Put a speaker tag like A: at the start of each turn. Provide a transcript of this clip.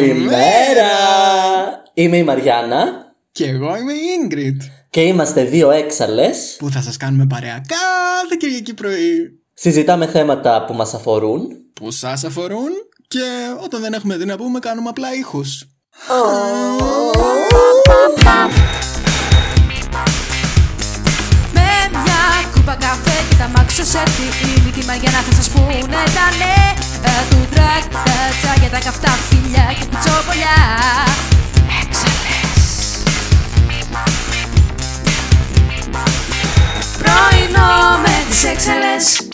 A: Καλημέρα! Είμαι η Μαριάννα
B: Και εγώ είμαι η Ingrid
A: και είμαστε δύο έξαλλες.
B: που θα σας κάνουμε παρέα κάθε Κυριακή πρωί
A: Συζητάμε θέματα που μας αφορούν.
B: που σας αφορούν και όταν δεν έχουμε τι να πούμε κάνουμε απλά ήχους.
C: Με μια κούπα καφέ και τα μάξιο σε την Κι για να θα σας πούνε τα ναι Τα του τρακ, τα τσάκια, τα καυτά φιλιά και κουτσόπολιά Έξαλλες Πρωινό με τις έξαλλες